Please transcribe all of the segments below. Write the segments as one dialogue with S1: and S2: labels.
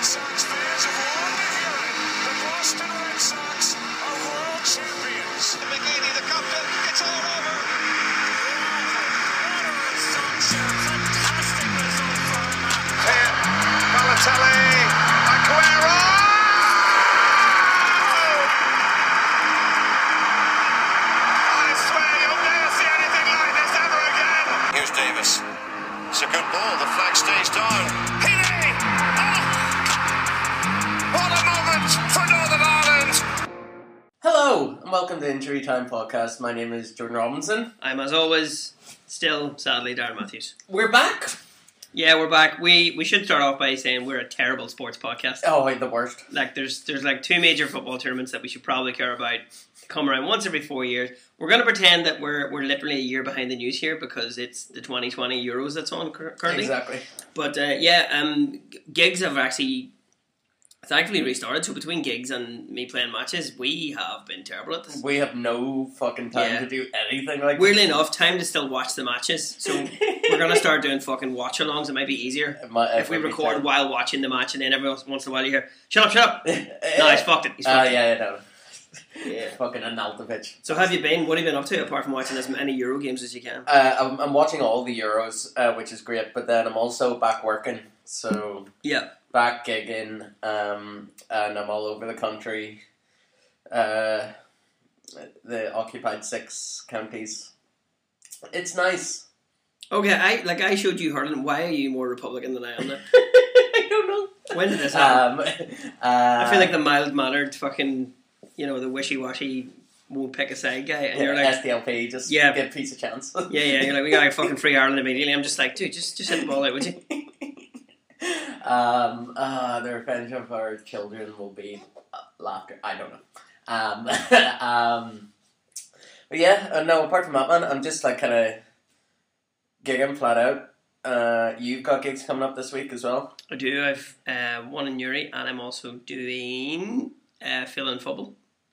S1: Sox fans have long been hearing the Boston Red Sox are world champions. McGeady, the captain, it's all over. Balotelli, Aguero! I swear you'll never see anything like this ever again.
S2: Here's Davis. It's a good ball. The flag stays down. Heaney! Oh! What a moment for Northern Ireland!
S3: Hello and welcome to Injury Time Podcast. My name is Jordan Robinson.
S4: I'm, as always, still sadly Darren Matthews.
S3: We're back.
S4: Yeah, we're back. We we should start off by saying we're a terrible sports podcast.
S3: Oh, wait, the worst.
S4: Like there's there's like two major football tournaments that we should probably care about. Come around once every four years. We're gonna pretend that we're we're literally a year behind the news here because it's the 2020 Euros that's on cur- currently.
S3: Exactly.
S4: But uh, yeah, um, g- gigs have actually thankfully restarted. So between gigs and me playing matches, we have been terrible at this.
S3: We have no fucking time
S4: Yeah.
S3: to do anything like
S4: Weirdly enough, time to still watch the matches. So we're gonna start doing fucking watch alongs. It might be easier.
S3: It might-
S4: if we
S3: every
S4: record
S3: time.
S4: while watching the match, and then every once in a while you hear, "Shut up, shut up!" no, he's fucked it. He's
S3: Oh,
S4: fucked
S3: yeah, I know.
S4: it. Yeah.
S3: Fucking Analtovich.
S4: So have you been? What have you been up to apart from watching as many Euro games as you can?
S3: Uh, I'm, I'm watching all the Euros, uh, which is great, but then I'm also back working, so
S4: Yeah.
S3: back gigging, um, and I'm all over the country. Uh, the occupied six counties. It's nice.
S4: Okay, I like I showed you hurling. Why are you more Republican than I am? Now?
S3: I don't know.
S4: When did this happen?
S3: Um, uh,
S4: I feel like the mild mannered fucking, you know, the wishy washy won't pick a side guy, and you're like.
S3: SDLP just
S4: Yeah.
S3: give peace a chance.
S4: Yeah, yeah, you're like, we gotta fucking free Ireland immediately. I'm just like, dude, just just hit the ball out, would you?
S3: um, uh, the revenge of our children will be uh, laughter. I don't know. Um, um, but yeah, uh, no. Apart from that, man, I'm just like kind of gigging flat out. Uh, you've got gigs coming up this week as well.
S4: I do. I've uh, one in Uri, and I'm also doing uh, Phil and Fubble.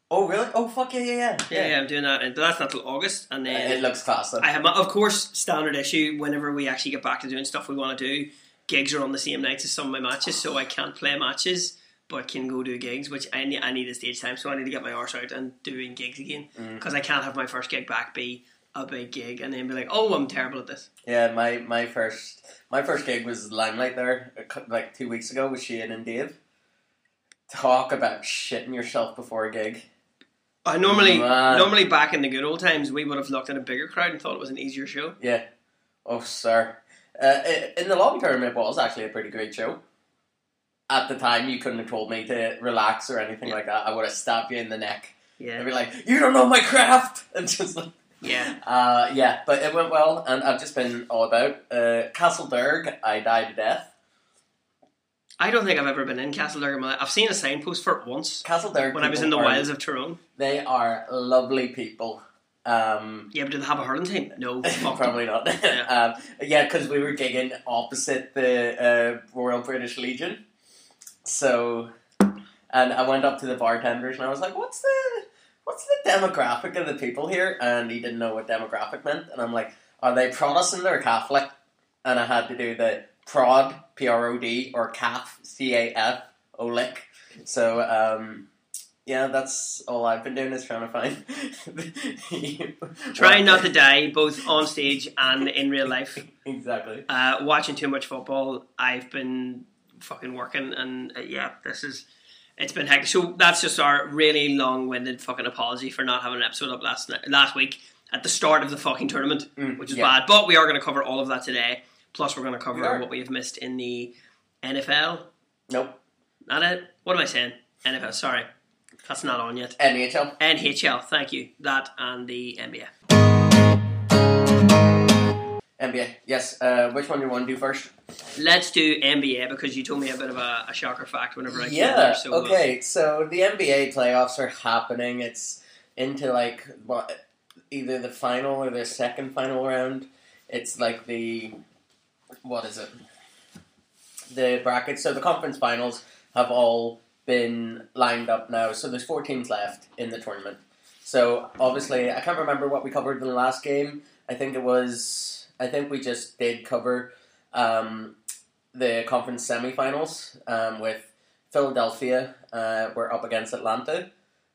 S3: Oh really? Oh fuck yeah, yeah, yeah.
S4: Yeah, yeah, I'm doing that, and that's not till August. And
S3: Uh, It
S4: then
S3: looks class. though.
S4: I have, my, of course, standard issue. Whenever we actually get back to doing stuff we want to do, gigs are on the same nights as some of my matches, so I can't play matches, but can go do gigs, which I need. I need a stage time, so I need to get my arse out and doing gigs again because I can't have my first gig back be a big gig and then be like, oh, I'm terrible at this.
S3: Yeah, my my first my first gig was Limelight there a cou- like two weeks ago with Shane and Dave. Talk about shitting yourself before a gig.
S4: I normally,
S3: Man.
S4: normally back in the good old times, we would have looked at a bigger crowd and thought it was an easier show.
S3: Yeah. Oh, sir. Uh, i- in the long term, it was actually a pretty great show. At the time, you couldn't have told me to relax or anything like that. I would have stabbed you in the neck. I'd be
S4: Yeah,
S3: like, "You don't know my craft," and just like,
S4: yeah.
S3: uh, yeah. But it went well, and I've just been all about uh, Castleberg. I died to death.
S4: I don't think I've ever been in Castlegar. in my life. I've seen a signpost for it once
S3: Castleberg.
S4: when I was in the wilds of Tyrone.
S3: They are lovely people. Um,
S4: Yeah, but do they have a hurling team? No, fuck them.
S3: probably not.
S4: Yeah.
S3: um, yeah, because we were gigging opposite the uh, Royal British Legion. So, and I went up to the bartenders and I was like, "What's the what's the demographic of the people here?" And he didn't know what demographic meant. And I'm like, "Are they Protestant or Catholic?" And I had to do the prod p r o d or calf c a f olic. So. um... Yeah, that's all I've been doing is trying to find.
S4: Trying not to die, both on stage and in real life.
S3: Exactly.
S4: Uh, watching too much football. I've been fucking working, and uh, yeah, this is it's been hectic. So that's just our really long-winded fucking apology for not having an episode up last ni- last week at the start of the fucking tournament,
S3: Mm,
S4: which is
S3: yeah.
S4: bad. But we are going to cover all of that today. Plus, we're going to cover
S3: We are.
S4: what we have missed in the NFL.
S3: Nope.
S4: Not it. What am I saying? NFL. Sorry, that's not on yet.
S3: NHL.
S4: NHL. Thank you. That and the NBA.
S3: NBA. Yes. Uh, which one do you want to do first?
S4: Let's do NBA because you told me a bit of a, a shocker fact whenever I came
S3: Yeah.
S4: there. So, uh,
S3: okay. So the NBA playoffs are happening. It's into like what, either the final or the second final round. It's like the what is it? The brackets. So the conference finals have all been lined up now. So there's four teams left in the tournament. So obviously, I can't remember what we covered in the last game. I think it was. I think we just did cover um, the conference semifinals um, with Philadelphia uh, were up against Atlanta.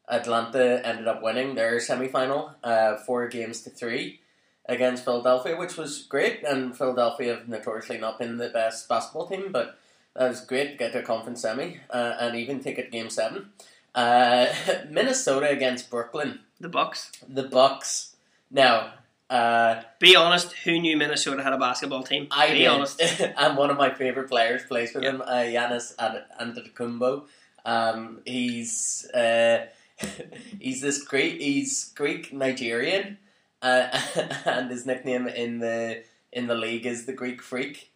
S3: Atlanta ended up winning their semi final uh, four games to three against Philadelphia, which was great. And Philadelphia have notoriously not been the best basketball team, but that was great to get to a conference semi uh, and even take it game seven. Uh, Minnesota against Brooklyn.
S4: The Bucks.
S3: The Bucks. Now, uh,
S4: Be honest, who knew Minnesota had a basketball team?
S3: I
S4: Be
S3: did.
S4: honest.
S3: and one of my favorite players plays with him, uh, Giannis Ad- Antetokounmpo. Um, he's uh, he's this Greek he's Greek Nigerian, uh, and his nickname in the in the league is the Greek Freak.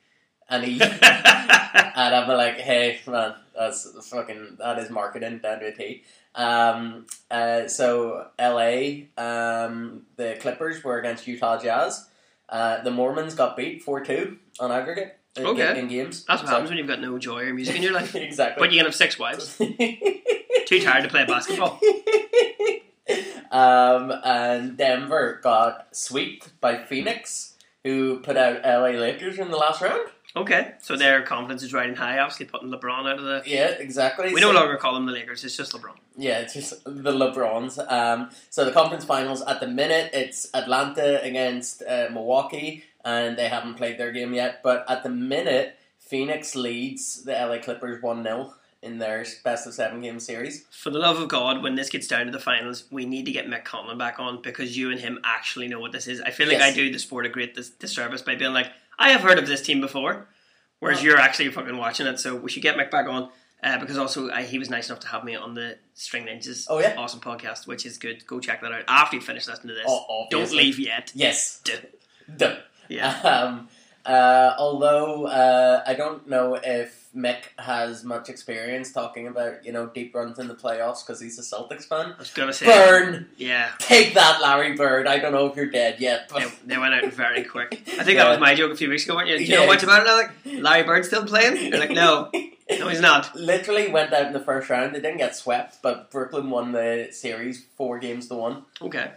S3: And he and I'm like, hey man, that's fucking that is marketing down to a T. Um, uh, so L.A. Um, the Clippers were against Utah Jazz. Uh, the Mormons got beat four two on aggregate. in-
S4: Okay.
S3: In games.
S4: That's what
S3: So-
S4: happens when you've got no joy or music in your life.
S3: exactly.
S4: But you can have six wives. Too tired to play basketball.
S3: um, and Denver got swept by Phoenix, who put out LA Lakers in the last round.
S4: Okay, so their confidence is riding high. Obviously, putting LeBron out of the.
S3: Yeah, exactly.
S4: We
S3: So-
S4: no longer call them the Lakers. It's just LeBron.
S3: Yeah, it's just the LeBrons. Um, so the conference finals at the minute, it's Atlanta against uh, Milwaukee, and they haven't played their game yet. But at the minute, Phoenix leads the LA Clippers 1 0 in their best of seven game series.
S4: For the love of God, when this gets down to the finals, we need to get Mick Conlon back on because you and him actually know what this is. I feel like
S3: Yes.
S4: I do the sport a great dis- disservice by being like, I have heard of this team before, whereas you're actually fucking watching it. So we should get Mick back on uh, because also I, he was nice enough to have me on the String Ninjas
S3: Oh, yeah?
S4: awesome podcast, which is good. Go check that out after you finish listening to this.
S3: Oh,
S4: Don't
S3: obviously.
S4: leave yet.
S3: Yes.
S4: Duh.
S3: Duh.
S4: Yeah.
S3: Um, uh, although uh, I don't know if Mick has much experience talking about you know deep runs in the playoffs because he's a Celtics fan.
S4: I was gonna say,
S3: Burn,
S4: yeah,
S3: take that, Larry Bird. I don't know if you're dead yet, but
S4: they, they went out very quick. I think
S3: Yeah.
S4: that was my joke a few weeks ago. weren't you? Do you know
S3: Yeah.
S4: much about it? And I was like, Larry Bird's still playing? You're like, no, no, he's not.
S3: literally went out in the first round. They didn't get swept, but Brooklyn won the series four games to one,
S4: Okay.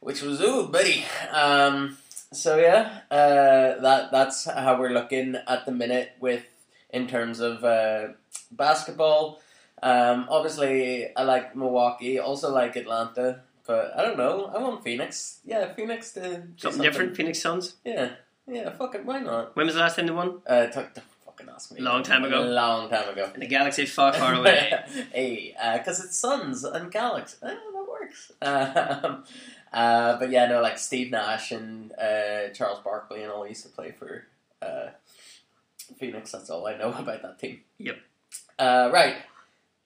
S3: which was ooh, buddy. Um, so yeah, uh, that that's how we're looking at the minute with in terms of uh, basketball. Um, obviously, I like Milwaukee, also like Atlanta, but I don't know. I want Phoenix. Yeah, Phoenix to do
S4: Something, different, Phoenix Suns.
S3: Yeah, yeah. Fuck it, why not?
S4: When was the last time they won?
S3: Uh, t- don't fucking ask me.
S4: Long time ago.
S3: Long time ago.
S4: In the galaxy far, far away.
S3: hey, because it's suns and galaxy. Ah, that works. Um, uh, but yeah, no, like Steve Nash and uh, Charles Barkley and all used to play for uh, Phoenix. That's all I know about that team.
S4: Yep.
S3: Uh, right.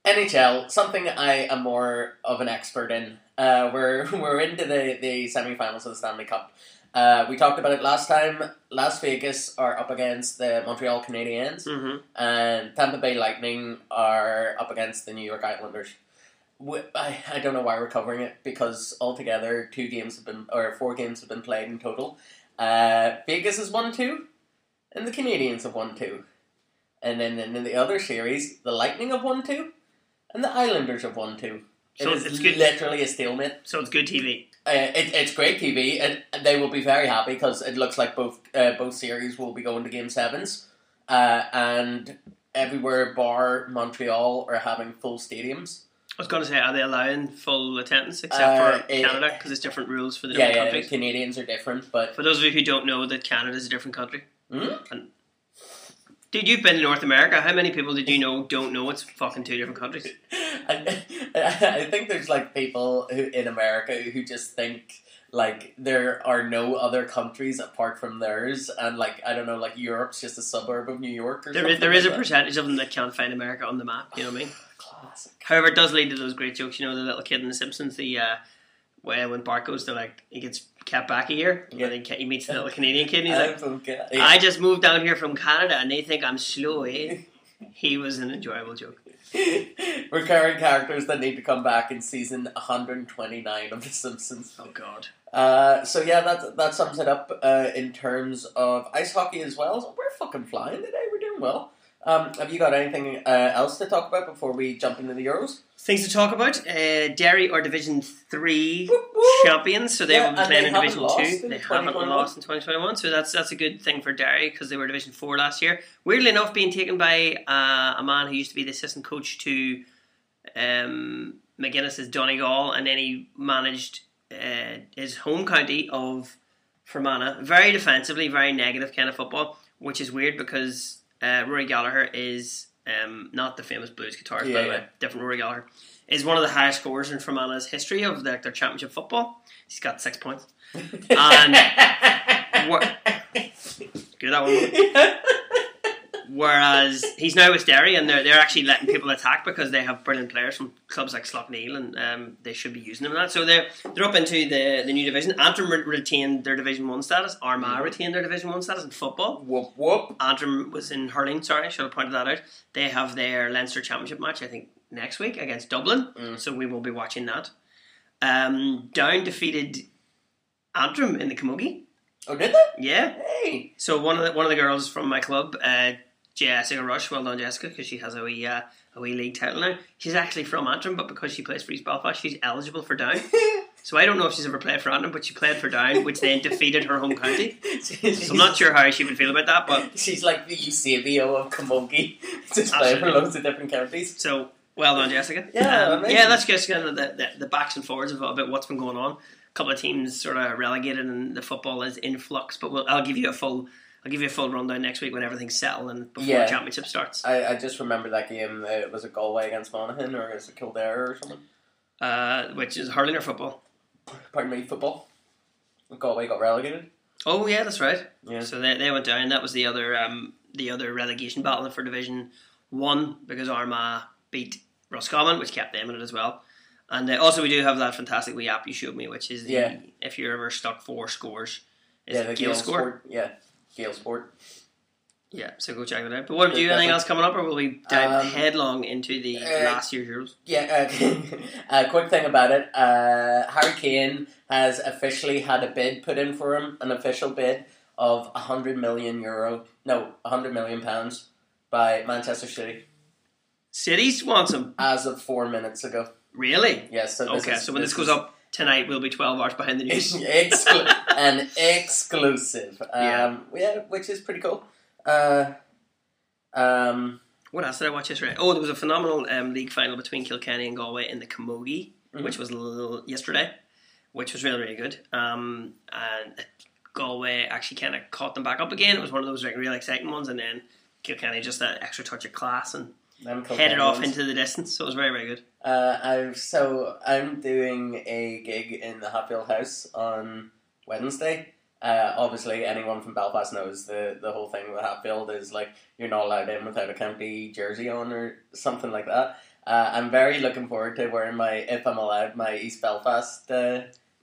S3: NHL, something I am more of an expert in. Uh, we're we're into the the semifinals of the Stanley Cup. Uh, we talked about it last time. Las Vegas are up against the Montreal Canadiens
S4: hmm
S3: and Um, Tampa Bay Lightning are up against the New York Islanders. We, I, I don't know why we're covering it because altogether two games have been or four games have been played in total. Uh, Vegas has won two, and the Canadians have won two, and then and in the other series, the Lightning have won two, and the Islanders have won two.
S4: So
S3: it is
S4: it's good-
S3: literally a stalemate.
S4: So it's good TV.
S3: Uh, it, it's great TV, and and they will be very happy because it looks like both uh, both series will be going to game sevens, uh, and everywhere bar Montreal are having full stadiums.
S4: I was going to say, are they allowing full attendance except
S3: Uh,
S4: for
S3: eh,
S4: Canada? Because there's different rules for the
S3: Yeah,
S4: different
S3: yeah,
S4: countries.
S3: Canadians are different, but
S4: For those of you who don't know, that Canada is a different country.
S3: Hmm?
S4: And, dude, you've been to North America. How many people did you know don't know it's fucking two different countries?
S3: I, I think there's like people who in America who just think like there are no other countries apart from theirs, and like I don't know, like Europe's just a suburb of New York or
S4: There is,
S3: something.
S4: there is a
S3: like that.
S4: percentage of them that can't find America on the map. You know what I mean?
S3: Classic.
S4: However, it does lead to those great jokes. You know, the little kid in The Simpsons, the uh, where when Bart goes to like he gets kept back a year,
S3: Yeah.
S4: and then he meets the little Canadian kid, and he's
S3: I
S4: like,
S3: don't get-
S4: "I just moved down here from Canada, and they think I'm slow." Eh? he was an enjoyable joke.
S3: Recurring characters that need to come back in season 129 of The Simpsons.
S4: Oh God,
S3: Uh, so yeah, that that sums it up uh, in terms of ice hockey as well. We're fucking flying today. We're doing well. Um, have you got anything uh, else to talk about before we jump into the Euros?
S4: Things to talk about: uh, Derry are Division Three
S3: Whoop, whoop.
S4: champions, so they
S3: Yeah,
S4: haven't been
S3: and
S4: playing
S3: they
S4: in
S3: haven't
S4: Division
S3: lost
S4: Two.
S3: in
S4: they haven't
S3: 2021.
S4: lost in 2021, so that's that's a good thing for Derry because they were Division Four last year. Weirdly enough, being taken by uh, a man who used to be the assistant coach to um, McGuinness's Donegal, and then he managed uh, his home county of Fermanagh very defensively, very negative kind of football, which is weird because uh, Rory Gallagher is um, not the famous blues guitarist, by
S3: Yeah,
S4: the way,
S3: yeah.
S4: different Rory Gallagher, is one of the highest scorers in Fermanah's history of like, their championship football. He's got six points. And what? Good that one. Whereas he's now with Derry, and they're they're actually letting people attack because they have brilliant players from clubs like Sloughneel, and um, they should be using them in that. So they're they're up into the, the new division. Antrim re- retained their Division One status. Armagh retained their Division One status in football.
S3: whoop whoop.
S4: Antrim was in hurling. Sorry, I should have pointed that out. They have their Leinster Championship match, I think, next week against Dublin. So we will be watching that. Um, Down defeated Antrim in the Camogie.
S3: Oh, did they?
S4: Yeah,
S3: Hey.
S4: so one of the, one of the girls from my club, uh, Jessica Rush, well done Jessica, because she has a wee uh, a wee league title now. She's actually from Antrim, but because she plays for East Belfast, she's eligible for Down. so I don't know if she's ever played for Antrim, but she played for Down, which then defeated her home county. So I'm not sure how she would feel about that, but
S3: She's like the Eusebio of Camogie, just playing for
S4: Absolutely.
S3: loads of different counties.
S4: so well done Jessica.
S3: Yeah,
S4: um,
S3: amazing.
S4: yeah, that's just kind of the, the, the backs and forwards of about what's been going on. A couple of teams sort of relegated, and the football is in flux. But we'll, I'll give you a full. I'll give you a full rundown next week when everything's settled and before
S3: Yeah.
S4: the championship starts.
S3: I, I just remember that game. Uh, was it Galway against Monaghan or is it Kildare or something?
S4: uh, which is hurling or football.
S3: Pardon me, football. Galway got relegated.
S4: Oh yeah, that's right.
S3: Yeah.
S4: So they, they went down. That was the other um, the other relegation battle for Division One because Armagh beat Roscommon, which kept them in it as well. And uh, also we do have that fantastic wee app you showed me, which is the,
S3: Yeah.
S4: if you're ever stuck four scores, is
S3: yeah,
S4: it
S3: the
S4: Gale, score.
S3: Sport. Yeah, Gale Sport.
S4: Yeah, so go check it out. But what about you?
S3: Yeah,
S4: Anything
S3: definitely.
S4: else coming up, or will we dive
S3: Um,
S4: headlong into the
S3: uh,
S4: last year's Euros?
S3: Yeah, uh, a quick thing about it. Uh, Harry Kane has officially had a bid put in for him, an official bid of hundred million euro, no, hundred million pounds by Manchester City
S4: Cities wants them
S3: as of four minutes ago.
S4: really.
S3: Yes. so this
S4: Okay,
S3: is-
S4: so when this, goes
S3: is
S4: up tonight, we'll be twelve hours behind the news.
S3: exclu- an exclusive. Um, yeah.
S4: Yeah.
S3: which is pretty cool. Uh, um,
S4: What else did I watch yesterday? Oh, there was a phenomenal um, league final between Kilkenny and Galway in the Camogie,
S3: Mm-hmm.
S4: which was l- yesterday, which was really really good. Um, and Galway actually kind of caught them back up again. It was one of those like real exciting ones, and then Kilkenny just that extra touch of class and
S3: them
S4: headed
S3: Kilkenny
S4: off
S3: ones.
S4: into the distance. So it was very very good.
S3: Uh, I've so I'm doing a gig in the Hatfield House on Wednesday. Uh, obviously, anyone from Belfast knows the the whole thing with Hatfield is like you're not allowed in without a county jersey on or something like that. Uh, I'm very looking forward to wearing my if I'm allowed my East Belfast uh,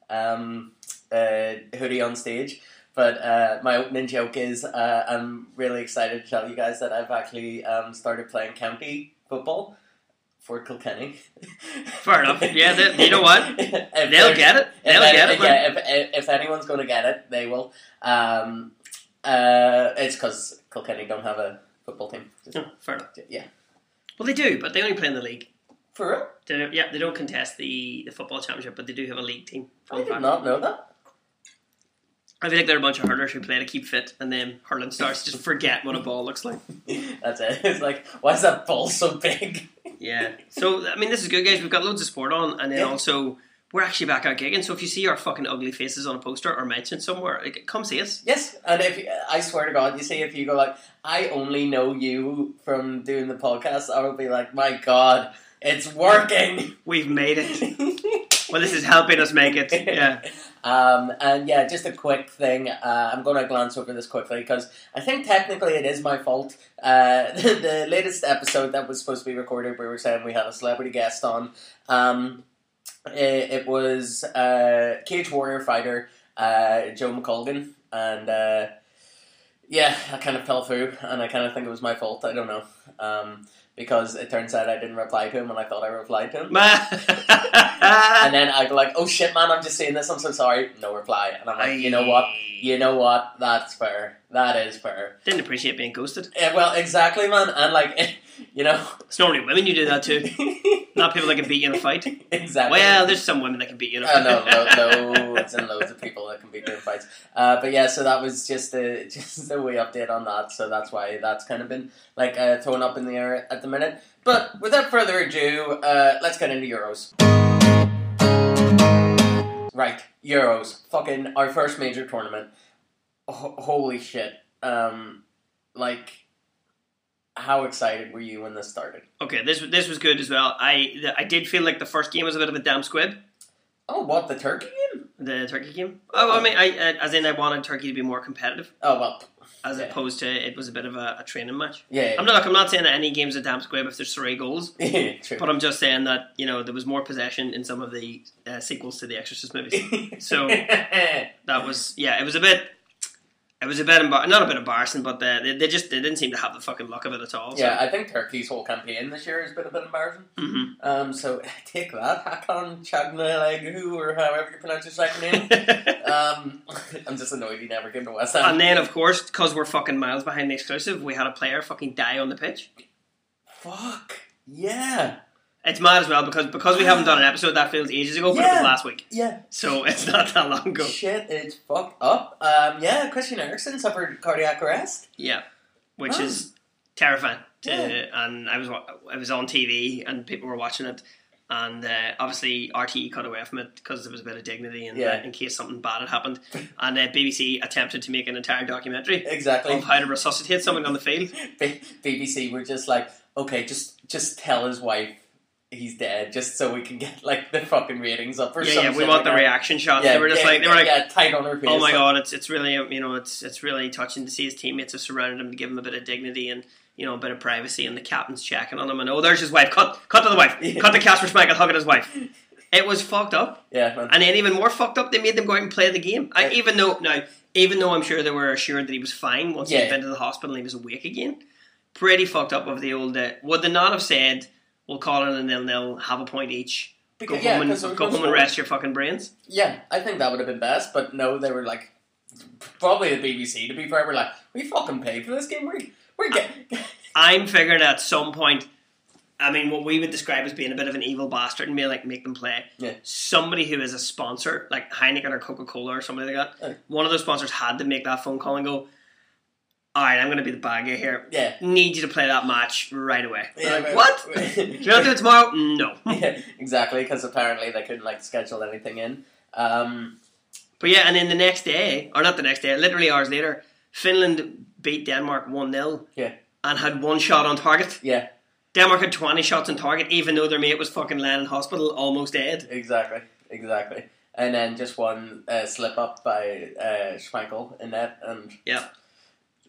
S3: um, uh, hoodie on stage. But uh, my opening joke is uh, I'm really excited to tell you guys that I've actually um, started playing county football for Kilkenny.
S4: Fair enough. Yeah, they- you know what?
S3: If
S4: They'll
S3: there's-
S4: get it. They'll
S3: if,
S4: get it. man.
S3: Yeah, if, if, if anyone's going to get it, they will. Um, uh, it's because Kilkenny don't have a football team. Just-
S4: Oh, fair enough.
S3: yeah.
S4: Well, they do, but they only play in the league.
S3: For real?
S4: They don't, yeah, they don't contest the, the football championship, but they do have a league team.
S3: I
S4: Fun fact.
S3: did not know that.
S4: I feel like they're a bunch of hurlers who play to keep fit and then hurling stars just forget what a ball looks like.
S3: That's it. It's like, why is that ball so big?
S4: Yeah. So, I mean, this is good, guys. We've got loads of sport on, and then
S3: Yeah.
S4: also, we're actually back out gigging. So, if you see our fucking ugly faces on a poster or mentioned somewhere, like, come see us.
S3: Yes, and if I swear to God, you see, if you go like, I only know you from doing the podcast, I will be like, my God, it's working.
S4: We've made it. Well, this is helping us make it. Yeah.
S3: Um, and yeah, just a quick thing. Uh, I'm going to glance over this quickly because I think technically it is my fault. Uh, the, latest episode that was supposed to be recorded, we were saying we had a celebrity guest on. Um, it, it was uh, Cage Warrior fighter uh, Joe McColgan, and uh, yeah, I kind of fell through, and I kind of think it was my fault. I don't know, um, because it turns out I didn't reply to him, and I thought I replied to him.
S4: Ma-
S3: And then I'd be like, oh shit, man, I'm just seeing this. I'm so sorry. No reply. And I'm like, you know what? You know what? That's fair. That is fair.
S4: Didn't appreciate being ghosted.
S3: Yeah, well, exactly, man. And like, you know,
S4: It's normally women you do that to, not people that can beat you in a fight.
S3: exactly.
S4: Well, there's some women that can beat you in a
S3: Oh
S4: fight.
S3: no, lo- loads and loads of people that can be doing fights. Uh, but yeah, so that was just a just a wee update on that. So that's why that's kind of been like uh, thrown up in the air at the minute. But without further ado, uh, let's get into Euros. Right, Euros, fucking our first major tournament. Ho- holy shit! Um, like, how excited were you when this started?
S4: Okay, this this was good as well. I the, I did feel like the first game was a bit of a damn squib,
S3: Oh, what the Turkey game?
S4: the Turkey game. Oh, I mean, I uh, as in I wanted Turkey to be more competitive,
S3: Oh well,
S4: as
S3: Yeah.
S4: opposed to it was a bit of a, a training match.
S3: yeah. yeah,
S4: I'm not. I'm not saying that any game's a damn squib if there's three goals,
S3: yeah, true.
S4: but I'm just saying that you know there was more possession in some of the uh, sequels to the Exorcist movies. So that was yeah, it was a bit. It was a bit embar- not a bit embarrassing, but uh, they, they just they didn't seem to have the fucking luck of it at all.
S3: Yeah, I think Turkey's whole campaign this year has been a bit embarrassing.
S4: Mhm.
S3: Um, so take that, Hakan Chagnalegu, or however you pronounce his second name. um, I'm just annoyed he never came to West Ham.
S4: And then, of course, because we're fucking miles behind the exclusive, we had a player fucking die on the pitch.
S3: Fuck. Yeah.
S4: It's mad as well because because we haven't done an episode that feels ages ago, but it
S3: Yeah.
S4: was last week,
S3: Yeah.
S4: so it's not that long ago.
S3: Shit, it's fucked up. Um, yeah, Christian Eriksen suffered cardiac arrest.
S4: Yeah, which
S3: Oh.
S4: is terrifying. To,
S3: Yeah.
S4: And I was wa- I was on TV and people were watching it, and uh, obviously RTE cut away from it because there was a bit of dignity in,
S3: Yeah.
S4: in case something bad had happened. And uh, BBC attempted to make an entire documentary
S3: Exactly.
S4: of how to resuscitate someone on the field.
S3: B- BBC were just like, okay, just just tell his wife he's dead, just so we can get like the fucking ratings up or
S4: Yeah,
S3: some
S4: yeah, we
S3: shit
S4: want the
S3: like that.
S4: reaction shots.
S3: Yeah,
S4: they were just
S3: yeah,
S4: like they were like.
S3: yeah, tight on her face.
S4: Oh my
S3: like,
S4: god, it's it's really you know it's it's really touching to see his teammates have surrounded him to give him a bit of dignity and you know a bit of privacy and the captain's checking on him and oh there's his wife cut cut to the wife
S3: Yeah.
S4: cut to Casper Schmeichel hugging his wife. It was fucked up,
S3: Yeah, man.
S4: and then even more fucked up. They made them go out and play the game. I, even though now, even though I'm sure they were assured that he was fine once
S3: Yeah.
S4: he'd been to the hospital and he was awake again. Pretty fucked up of the old. Uh, would they not have said, "We'll call it and then they'll have a point each. Go
S3: Because- yeah,
S4: home
S3: 'cause there was
S4: and go
S3: no
S4: home and
S3: score.
S4: rest your fucking brains."
S3: Yeah, I think that would have been best, but no, they were like, probably the BBC, to be fair, were like, we fucking paid for this game, we're, we're getting.
S4: I'm figuring at some point. I mean, what we would describe as being a bit of an evil bastard and be like, make them play.
S3: Yeah.
S4: Somebody who is a sponsor, like Heineken or Coca Cola or somebody like that,
S3: Yeah.
S4: one of those sponsors had to make that phone call and go, all right, I'm going to be the bad guy here.
S3: yeah.
S4: Need you to play that match right away. They're
S3: Yeah, but-
S4: like, what? Do you want to do it tomorrow? No.
S3: yeah, exactly, because apparently they couldn't, like, schedule anything in. Um,
S4: But yeah, and then the next day, or not the next day, literally hours later, Finland beat Denmark 1 0
S3: Yeah.
S4: and had one shot on target.
S3: yeah,
S4: Denmark had 20 shots on target, even though their mate was fucking lying in hospital, almost dead.
S3: exactly, exactly. And then just one uh, slip up by uh, Schmeichel in that, and
S4: Yeah.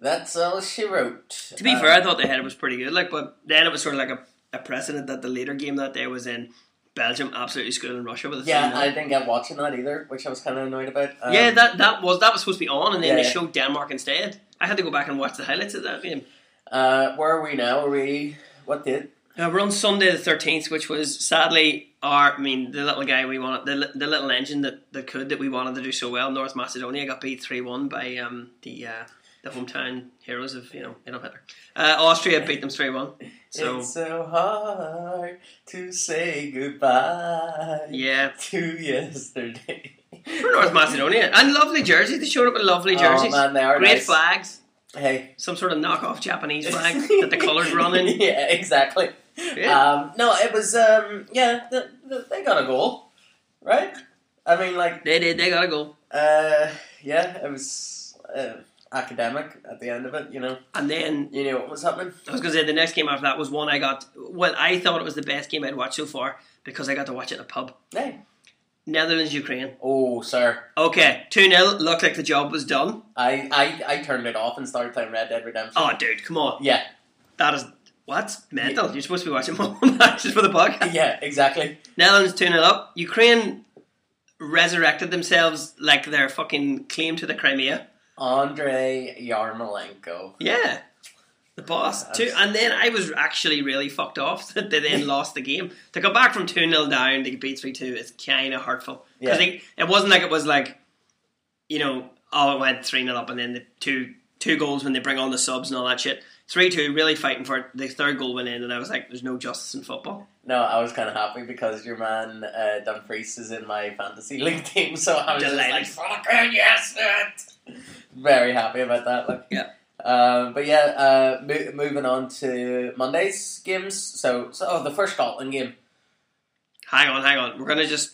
S3: that's all she wrote.
S4: To be fair, I thought the header was pretty good. Like, but then it was sort of like a, a precedent that the later game that day was in Belgium, absolutely schooling Russia with a
S3: Yeah,
S4: 3-0.
S3: I didn't get watching that either, which I was kind of annoyed about. Um,
S4: yeah, that that was that was supposed to be on, and then
S3: Yeah,
S4: they
S3: yeah.
S4: showed Denmark instead. I had to go back and watch the highlights of that game.
S3: Uh, where are we now? Are we. What did.
S4: Uh, we're on Sunday the thirteenth, which was sadly our. I mean, the little guy we wanted, the, li- the little engine that, that could that we wanted to do so well. North Macedonia got beat three one by um, the uh, the hometown heroes of you know Adolf Hitler. Uh, Austria beat them three one. So
S3: It's so hard to say goodbye
S4: yeah,
S3: to yesterday.
S4: for North Macedonia and lovely jerseys. They showed up with lovely jerseys,
S3: Oh man, they are
S4: great
S3: nice.
S4: flags,
S3: Hey,
S4: some sort of knockoff Japanese flag that the colours run in.
S3: yeah, exactly.
S4: Yeah.
S3: Um, no, it was um, yeah, the, the, they got a goal, right? I mean, like,
S4: They did. They got a goal.
S3: uh, yeah, it was uh, academic at the end of it. You know,
S4: And then
S3: you knew what was happening.
S4: I was going to say the next game after that was one I got. Well, I thought it was the best game I'd watched so far because I got to watch it in a pub.
S3: Hey,
S4: Netherlands, Ukraine.
S3: oh, sir,
S4: Okay, 2 0. Looked like the job was done.
S3: I, I, I turned it off and started playing Red Dead Redemption.
S4: Oh, dude, come on.
S3: Yeah,
S4: That is. What? Mental. You're supposed to be watching more matches for the podcast.
S3: yeah, exactly.
S4: Netherlands 2 0 up. Ukraine resurrected themselves like their fucking claim to the Crimea.
S3: Andre Yarmolenko.
S4: Yeah. The boss too,
S3: That's-
S4: and then I was actually really fucked off that they then lost the game. To go back from two 0 down to beat three two is kind of hurtful
S3: Yeah.
S4: because it wasn't like it was like, you know, oh it went three 0 up and then the two two goals when they bring on the subs and all that shit. Three two, really fighting for it. The third goal went in, and I was like, "There's no justice in football."
S3: No, I was kind of happy because your man uh, Dumfries is in my fantasy league team, so I was
S4: Delighted.
S3: just like, "Fucking yes, it!" Very happy about that. Like,
S4: Yeah.
S3: Um, but yeah, uh, mo- moving on to Monday's games. So, so oh, the first Scotland game.
S4: Hang on, hang on. We're gonna just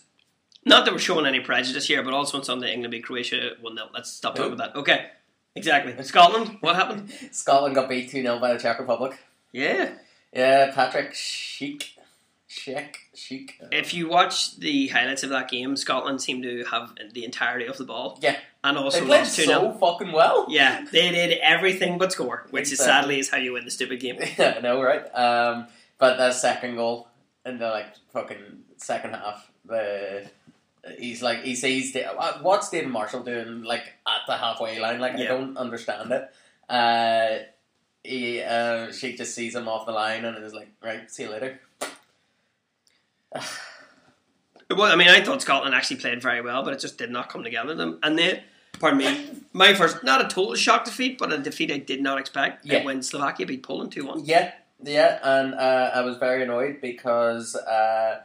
S4: not that we're showing any prejudice here, but also on Sunday England beat Croatia one 0 Let's stop talking
S3: Nope.
S4: about that. Okay, exactly. Scotland, what happened?
S3: Scotland got beat 2 0 by the Czech Republic.
S4: Yeah.
S3: Yeah, Patrick Sheik. Sheik. Sheik.
S4: If you watch the highlights of that game, Scotland seemed to have the entirety of the ball.
S3: Yeah.
S4: And also
S3: they played
S4: lost 2
S3: so
S4: 0.
S3: fucking well.
S4: Yeah, they did everything but score, which is
S3: Exactly.
S4: sadly is how you win the stupid game.
S3: Yeah, I know, right? Um, but that second goal in the like fucking second half, the he's like he sees the, what's David Marshall doing like at the halfway line? Like I
S4: Yeah.
S3: don't understand it. Uh, he uh, she just sees him off the line and is like, right, see you later.
S4: Well, I mean, I thought Scotland actually played very well, but it just did not come together. Them and then, pardon me, my first not a total shock defeat, but a defeat I did not expect.
S3: Yeah.
S4: when Slovakia beat Poland two one.
S3: Yeah, yeah, and uh, I was very annoyed because uh,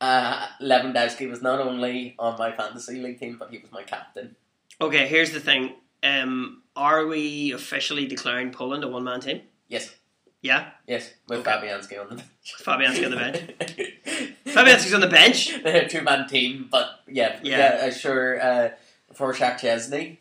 S3: uh, Lewandowski was not only on my fantasy league team, but he was my captain.
S4: Okay, here's the thing: um, Are we officially declaring Poland a one man team?
S3: Yes,
S4: Yeah,
S3: yes, with
S4: Okay.
S3: Fabianski on the bench.
S4: Fabianski on the bench.
S3: Fabianski.
S4: Fabianski's on the bench.
S3: Two man team, but yeah,
S4: Yeah.
S3: yeah, uh, sure. Uh, for Shaq Chesney.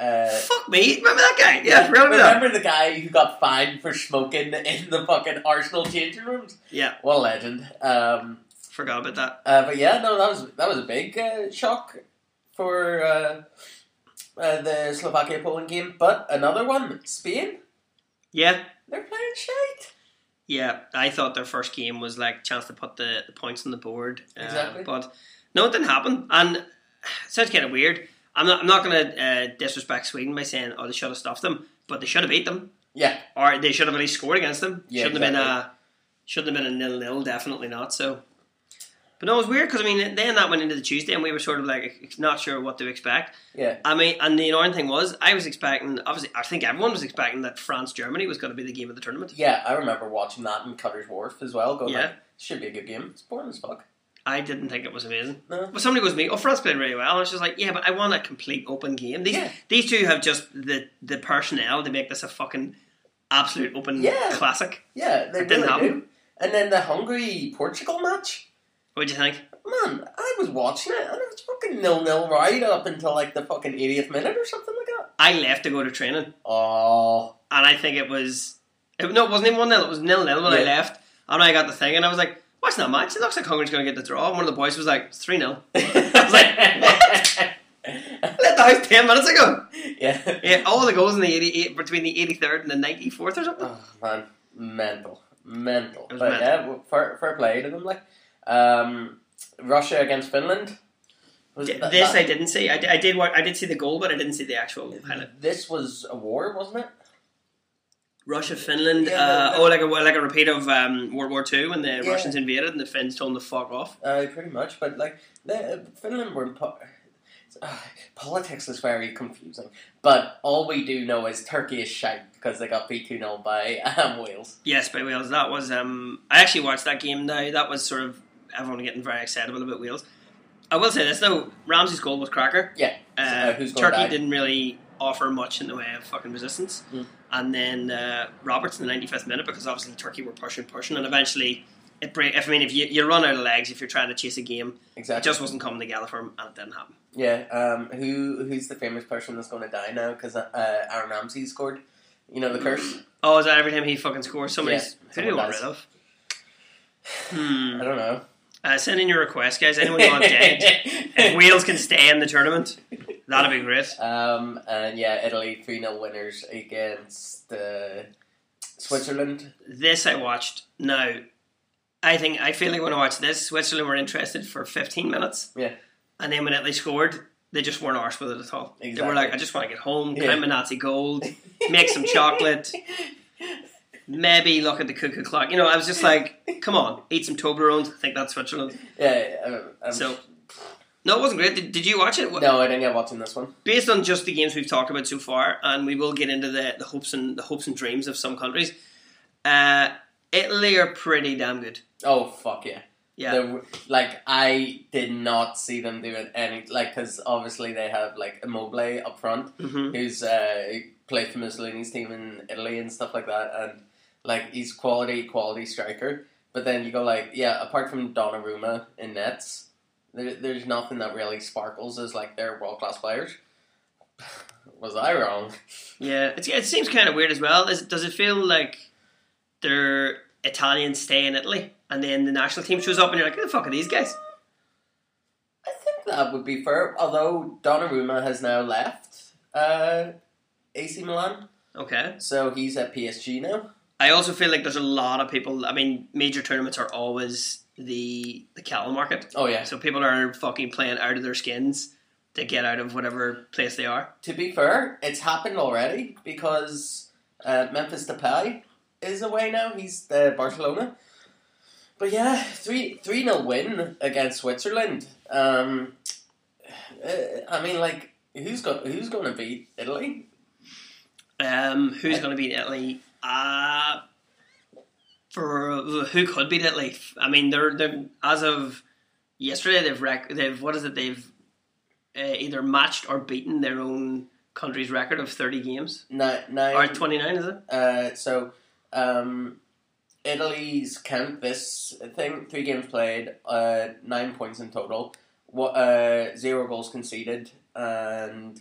S3: Uh,
S4: Fuck me, remember that guy? Yeah, remember that.
S3: remember the guy who got fined for smoking in the fucking Arsenal changing rooms?
S4: Yeah.
S3: What a legend. Um,
S4: Forgot about that.
S3: Uh, but yeah, no, that was that was a big uh, shock for uh, uh, the Slovakia Poland game. But another one, Spain,
S4: Yeah,
S3: they're playing shite.
S4: yeah. I thought their first game was like chance to put the, the points on the board. uh,
S3: Exactly.
S4: But no, it didn't happen, and it sounds kind of weird. I'm not. I'm not going to uh, disrespect Sweden by saying, "Oh, they should have stuffed them," but they should have beat them,
S3: Yeah,
S4: or they should have at least scored against them.
S3: Yeah,
S4: shouldn't have been a. Shouldn't have been a nil nil. Definitely not. So. But no, it was weird because I mean, then that went into the Tuesday, and we were sort of like not sure what to expect.
S3: yeah,
S4: I mean, and the annoying thing was, I was expecting. Obviously, I think everyone was expecting that France Germany was going to be the game of the tournament.
S3: yeah. I remember watching that in Cutter's Wharf as well. Going,
S4: Yeah.
S3: like, should be a good game. It's boring as fuck.
S4: I didn't think it was amazing.
S3: No.
S4: But somebody goes to me, "Oh, France played really well," and I was just like, "Yeah, but I want a complete open game." These
S3: Yeah.
S4: these two have just the the personnel to make this a fucking absolute open
S3: Yeah.
S4: classic.
S3: Yeah, they
S4: It didn't
S3: really
S4: happen.
S3: do. And then the Hungary Portugal match.
S4: What do you think?
S3: Man, I was watching it and it was fucking nil nil right up until like the fucking 80th minute or something like that.
S4: I left to go to training,
S3: Oh,
S4: and I think it was it, no, it wasn't even one 0 It was nil nil when I
S3: Yeah.
S4: left, and I got the thing, and I was like, "What's that match? It looks like Hungary's going to get the draw." And one of the boys was like, 3 0
S3: I
S4: was Let the house ten minutes ago.
S3: yeah.
S4: Yeah, all the goals in the 88 between the 83rd and the 94th or something.
S3: Oh man, mental, mental.
S4: It was
S3: But
S4: mental.
S3: yeah, well, fair, fair play to them. Like um, Russia against Finland. Was
S4: D-
S3: that-
S4: this I
S3: that-
S4: didn't see. I, di- I did. wa- I did see the goal, but I didn't see the actual highlight.
S3: this was a war, wasn't it?
S4: Russia, Finland.
S3: Yeah,
S4: uh,
S3: no,
S4: Oh, like a like a repeat of um, World War Two when the
S3: Yeah.
S4: Russians invaded and the Finns told them to fuck off.
S3: Uh, pretty much. But like the, uh, Finland were. in Po- uh, politics is very confusing, but all we do know is Turkey is shite because they got beat 2 0 by um, Wales.
S4: Yes, by Wales. That was. Um, I actually watched that game now. That was sort of everyone getting very excitable about Wales. I will say this though: Ramsey's goal was cracker.
S3: Yeah.
S4: Uh,
S3: Uh, who's gonna
S4: Turkey
S3: die?
S4: didn't really offer much in the way of fucking resistance.
S3: Mm.
S4: And then uh, Roberts in the 95th minute, because obviously Turkey were pushing, pushing, and eventually it break. If, I mean, if you, you run out of legs, if you're trying to chase a game, it
S3: Exactly.
S4: just wasn't coming together for him, and it didn't happen.
S3: Yeah. Um. Who Who's the famous person that's going to die now? Because uh, Aaron Ramsey scored. You know the curse.
S4: Oh, is that every time he fucking scores? Somebody's
S3: Yeah,
S4: who do you
S3: someone
S4: want rid
S3: dies.
S4: of? Hmm.
S3: I don't know.
S4: Uh, send in your request, guys. Anyone you want dead? If Wales can stay in the tournament, that'd be great.
S3: Um, and yeah, Italy 3 0 winners against uh, Switzerland.
S4: This I watched. Now, I think I feel like when I watched this, Switzerland were interested for 15 minutes.
S3: Yeah.
S4: And then when Italy scored, they just weren't arsed with it at all. They
S3: Exactly.
S4: were like, I just want to get home,
S3: Yeah.
S4: climb a Nazi gold, make some chocolate, maybe look at the cuckoo clock. You know, I was just like, come on, eat some Toblerones. I think that's Switzerland.
S3: Yeah. um, um,
S4: So, no, it wasn't great. Did, did you watch it?
S3: no, I didn't get watching this one.
S4: Based on just the games we've talked about so far, and we will get into the, the hopes and the hopes and dreams of some countries. Uh, Italy are pretty damn good.
S3: Oh fuck yeah.
S4: Yeah,
S3: There w- like I did not see them doing any like because obviously they have like Immobile up front
S4: Mhm.
S3: who's uh, who played for Mussolini's team in Italy and stuff like that, and like he's quality quality striker. But then you go like yeah, apart from Donnarumma in nets, there, there's nothing that really sparkles as like they're world class players. Was I wrong?
S4: Yeah, it's, it seems kind of weird as well. Is, does it feel like they're Italians stay in Italy and then the national team shows up and you're like, who the fuck are these guys?
S3: I think that would be fair. Although Donnarumma has now left uh, AC Milan,
S4: Okay.
S3: so he's at PSG now.
S4: I also feel like there's a lot of people. I mean, major tournaments are always the the cattle market,
S3: Oh yeah.
S4: so people are fucking playing out of their skins to get out of whatever place they are.
S3: To be fair, it's happened already because uh, Memphis Depay is away now. He's uh, Barcelona. But yeah, three three nil win against Switzerland. Um, uh, I mean, like who's go- who's going to beat Italy?
S4: Um, who's going to beat Italy? Uh, for uh, who could beat Italy? I mean, they're, they're as of yesterday they've rec- they've what is it? They've uh, either matched or beaten their own country's record of thirty games
S3: Nine, nine,
S4: or twenty nine, is it?
S3: Uh, so um, Italy's count this thing three games played, uh, nine points in total, what uh, zero goals conceded, and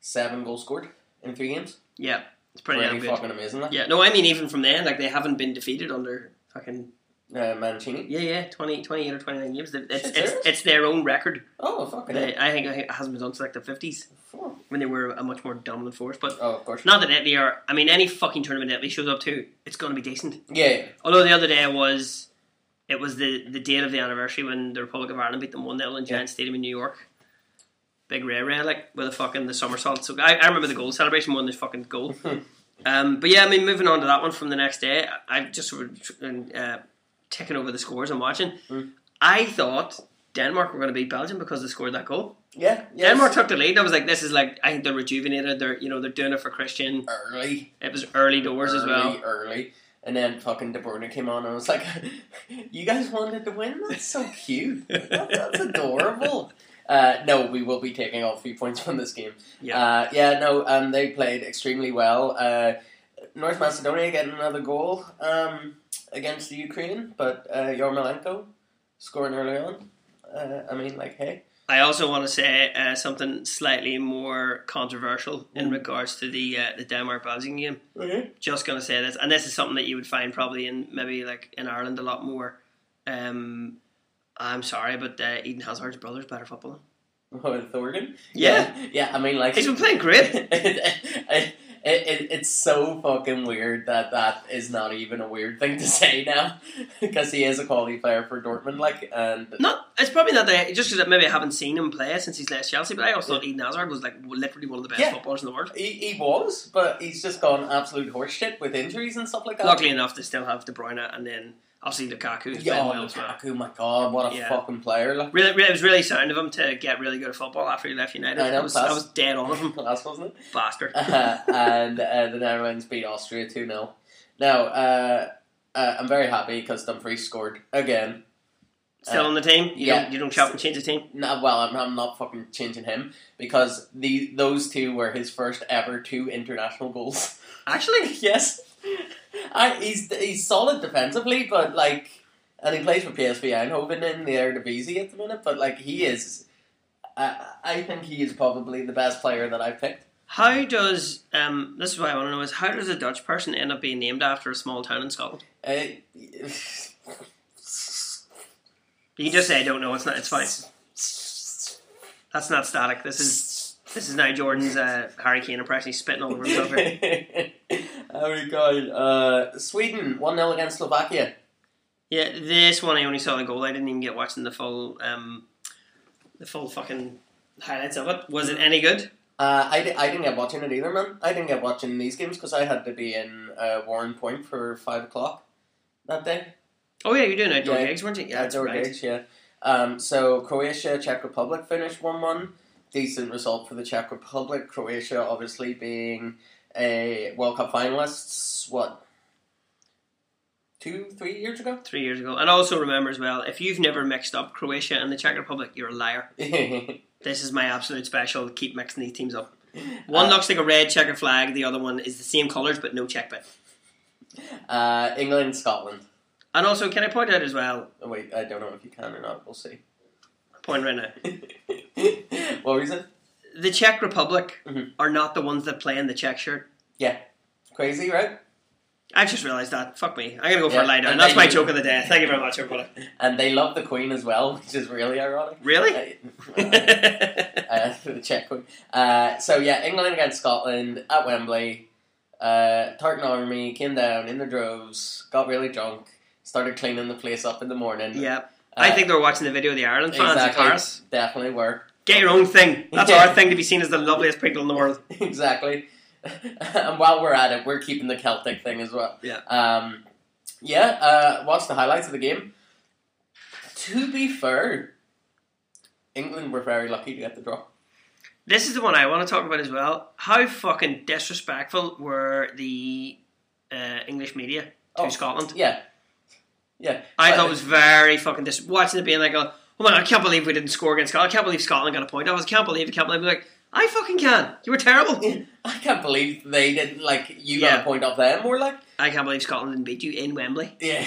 S3: seven goals scored in three games.
S4: Yeah, it's pretty damn
S3: Pretty
S4: good.
S3: fucking amazing. That.
S4: Yeah, no, I mean even from then, like they haven't been defeated under fucking
S3: Uh, Mancini.
S4: yeah, yeah, 20, 28 or twenty nine games. It's,
S3: Shit,
S4: it's
S3: serious?
S4: it's their own record.
S3: Oh fucking
S4: They,
S3: it.
S4: I think I think it hasn't been done since like the fifties
S3: Four.
S4: when they were a much more dominant force, but.
S3: Oh, of course.
S4: Not that Italy are. I mean, any fucking tournament Italy shows up to, it's going to be decent.
S3: Yeah.
S4: Although the other day was, it was the the date of the anniversary when the Republic of Ireland beat them one 0 in Giant Stadium in New York. Big Ray Ray like with a fucking the somersault. So I, I remember the goal celebration won this fucking goal. um, but yeah, I mean, moving on to that one from the next day, I- I've just sort of, uh, ticking over the scores I'm watching. I thought Denmark were going to beat Belgium because they scored that goal.
S3: Yeah. Yes.
S4: Denmark took the lead. I was like, this is like I think they're rejuvenated. They're you know they're doing it for Christian.
S3: Early.
S4: It was early doors
S3: early,
S4: as well.
S3: Early. And then fucking De Bruyne came on, and I was like, "You guys wanted to win? That's so cute. That- that's adorable." Uh, no, we will be taking all three points from this game.
S4: Yeah.
S3: uh, yeah. No, um, they played extremely well. Uh, North Macedonia getting another goal um, against the Ukraine, but uh, Yarmolenko scoring early on. Uh, I mean, like, hey,
S4: I also want to say uh, something slightly more controversial in regards to the uh, the Denmark Belgium game.
S3: Mm. okay.
S4: Just gonna say this, and this is something that you would find probably in maybe like in Ireland a lot more. Um, I'm sorry, but uh, Eden Hazard's brother's better footballer.
S3: with Thorgan.
S4: Yeah.
S3: yeah. I mean, like,
S4: He's been playing great.
S3: it, it, it, it's so fucking weird that that is not even a weird thing to say now because he is a quality player for Dortmund like and
S4: Not, it's probably not that just because maybe I haven't seen him play since he's left Chelsea, but I also thought Eden Hazard was like literally one of the best
S3: Yeah.
S4: footballers in the world.
S3: he, he was but he's just gone absolute horseshit with injuries and stuff like that
S4: Luckily enough, they still have De Bruyne and then obviously Lukaku. who's
S3: Yo,
S4: playing well as well.
S3: oh, Lukaku, my god what a
S4: Yeah.
S3: fucking player like
S4: Really, really, it was really sound of him to get really good at football after he left United.
S3: I
S4: I,
S3: know,
S4: was,
S3: class.
S4: I was dead on with him,
S3: class wasn't it
S4: bastard.
S3: uh, and uh, the Netherlands beat Austria 2 0 now uh, uh, I'm very happy because Dumfries scored again
S4: Still on the team. You
S3: yeah.
S4: don't, you don't shop and change the team.
S3: No, well, I'm, I'm not fucking changing him because the those two were his first ever two international goals.
S4: Actually,
S3: yes, I, he's he's solid defensively, but like, and he plays for PSV Eindhoven in the Eredivisie at the minute. But like, he is, I, I think he is probably the best player that I've picked.
S4: how does um? This is what I want to know: is how does a Dutch person end up being named after a small town in Scotland?
S3: Uh,
S4: You can just say I don't know. It's not. It's fine. That's not static. This is this is now Jordan's uh, Harry Kane impression. He's spitting all over himself. here.
S3: oh my god! Uh, Sweden one 0 against Slovakia.
S4: yeah, this one I only saw the goal. I didn't even get watching the full um, the full fucking highlights of it. Was it any good?
S3: Uh, I, di- I didn't get watching it either, man. I didn't get watching these games because I had to be in uh, Warren Point for five o'clock that day.
S4: Oh yeah, you're doing outdoor
S3: Yeah.
S4: gigs, weren't you? Yeah, that's
S3: Outdoor
S4: right.
S3: gigs, yeah. Um, so Croatia, Czech Republic finished one one. Decent result for the Czech Republic. Croatia, obviously being a World Cup finalists, what two, three years ago.
S4: Three years ago, and also remember as well, if you've never mixed up Croatia and the Czech Republic, you're a liar. This is my absolute special. Keep mixing these teams up. One
S3: Uh,
S4: looks like a red checker flag. The other one is the same colours but no check bit.
S3: uh, England, Scotland.
S4: And also, can I point out as well?
S3: Oh, wait, I don't know if you can or not. We'll see.
S4: Point right now.
S3: what was it?
S4: The Czech Republic
S3: Mhm.
S4: are not the ones that play in the Czech shirt.
S3: Crazy, right?
S4: I've just realised that. Fuck me. I'm gonna go for
S3: Yeah,
S4: a lie down.
S3: and
S4: That's
S3: then
S4: my
S3: you-
S4: joke of the day. Thank you very much, everybody.
S3: And they love the Queen as well, which is really ironic.
S4: Really?
S3: Uh, uh, the Czech Queen. Uh, so yeah, England against Scotland at Wembley. Uh, Tartan Army came down in the droves, got really drunk, started cleaning the place up in the morning.
S4: yeah.
S3: Uh,
S4: I think they're watching the video of the Ireland fans
S3: Exactly.
S4: in Paris.
S3: definitely were
S4: Get your own thing. That's
S3: Yeah.
S4: our thing to be seen as the loveliest people in the world.
S3: exactly. and while we're at it, we're keeping the Celtic thing as well.
S4: Yeah.
S3: Um, yeah. Uh, watch the highlights of the game. To be fair, England were very lucky to get the draw.
S4: This is the one I want to talk about as well. How fucking disrespectful were the uh, English media to
S3: Oh.
S4: Scotland?
S3: Yeah. Yeah.
S4: I
S3: But-
S4: thought it was very fucking dis. Watching it being like, oh man, I can't believe we didn't score against Scotland. I can't believe Scotland got a point. I was, can't believe, I can't believe. Like, I fucking can. You were terrible.
S3: I can't believe they didn't like you got
S4: Yeah.
S3: a point off them. We're like,
S4: I can't believe Scotland didn't beat you in Wembley.
S3: yeah.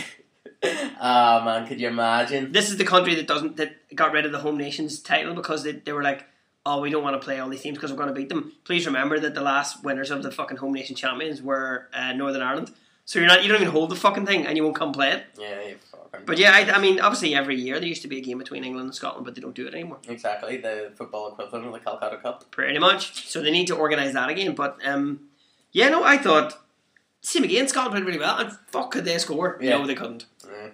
S3: oh man, could you imagine?
S4: This is the country that doesn't that got rid of the home nations title because they, they were like, oh, we don't want to play all these teams because we're going to beat them. Please remember that the last winners of the fucking home nation champions were uh, Northern Ireland. So you're not you don't even hold the fucking thing and you won't come play it.
S3: Yeah, you fucking-
S4: But yeah, I, I mean, obviously every year there used to be a game between England and Scotland, but they don't do it anymore.
S3: exactly the football equivalent of the Calcutta Cup.
S4: pretty much. So they need to organise that again. But um, yeah, no, I thought same again. Scotland played really well, and fuck, could they score?
S3: Yeah.
S4: No, they couldn't.
S3: Yeah,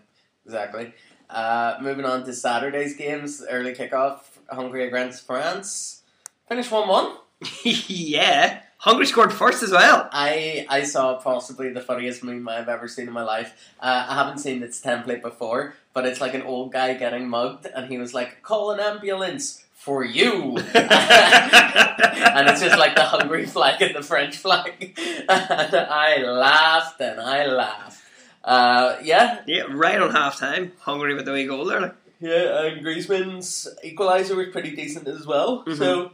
S3: exactly. Uh, moving on to Saturday's games, early kickoff, Hungary against France. Finished 1 1.
S4: yeah, Hungary scored first as well.
S3: I, I saw possibly the funniest meme I've ever seen in my life. Uh, I haven't seen this template before, but it's like an old guy getting mugged, and he was like, Call an ambulance for you! and it's just like the Hungary flag and the French flag. and I laughed and I laughed. Uh, yeah,
S4: Yeah, right on half time, Hungary with the wee goal there. Like,
S3: Yeah, and uh, Griezmann's equaliser was pretty decent as well.
S4: Mhm.
S3: So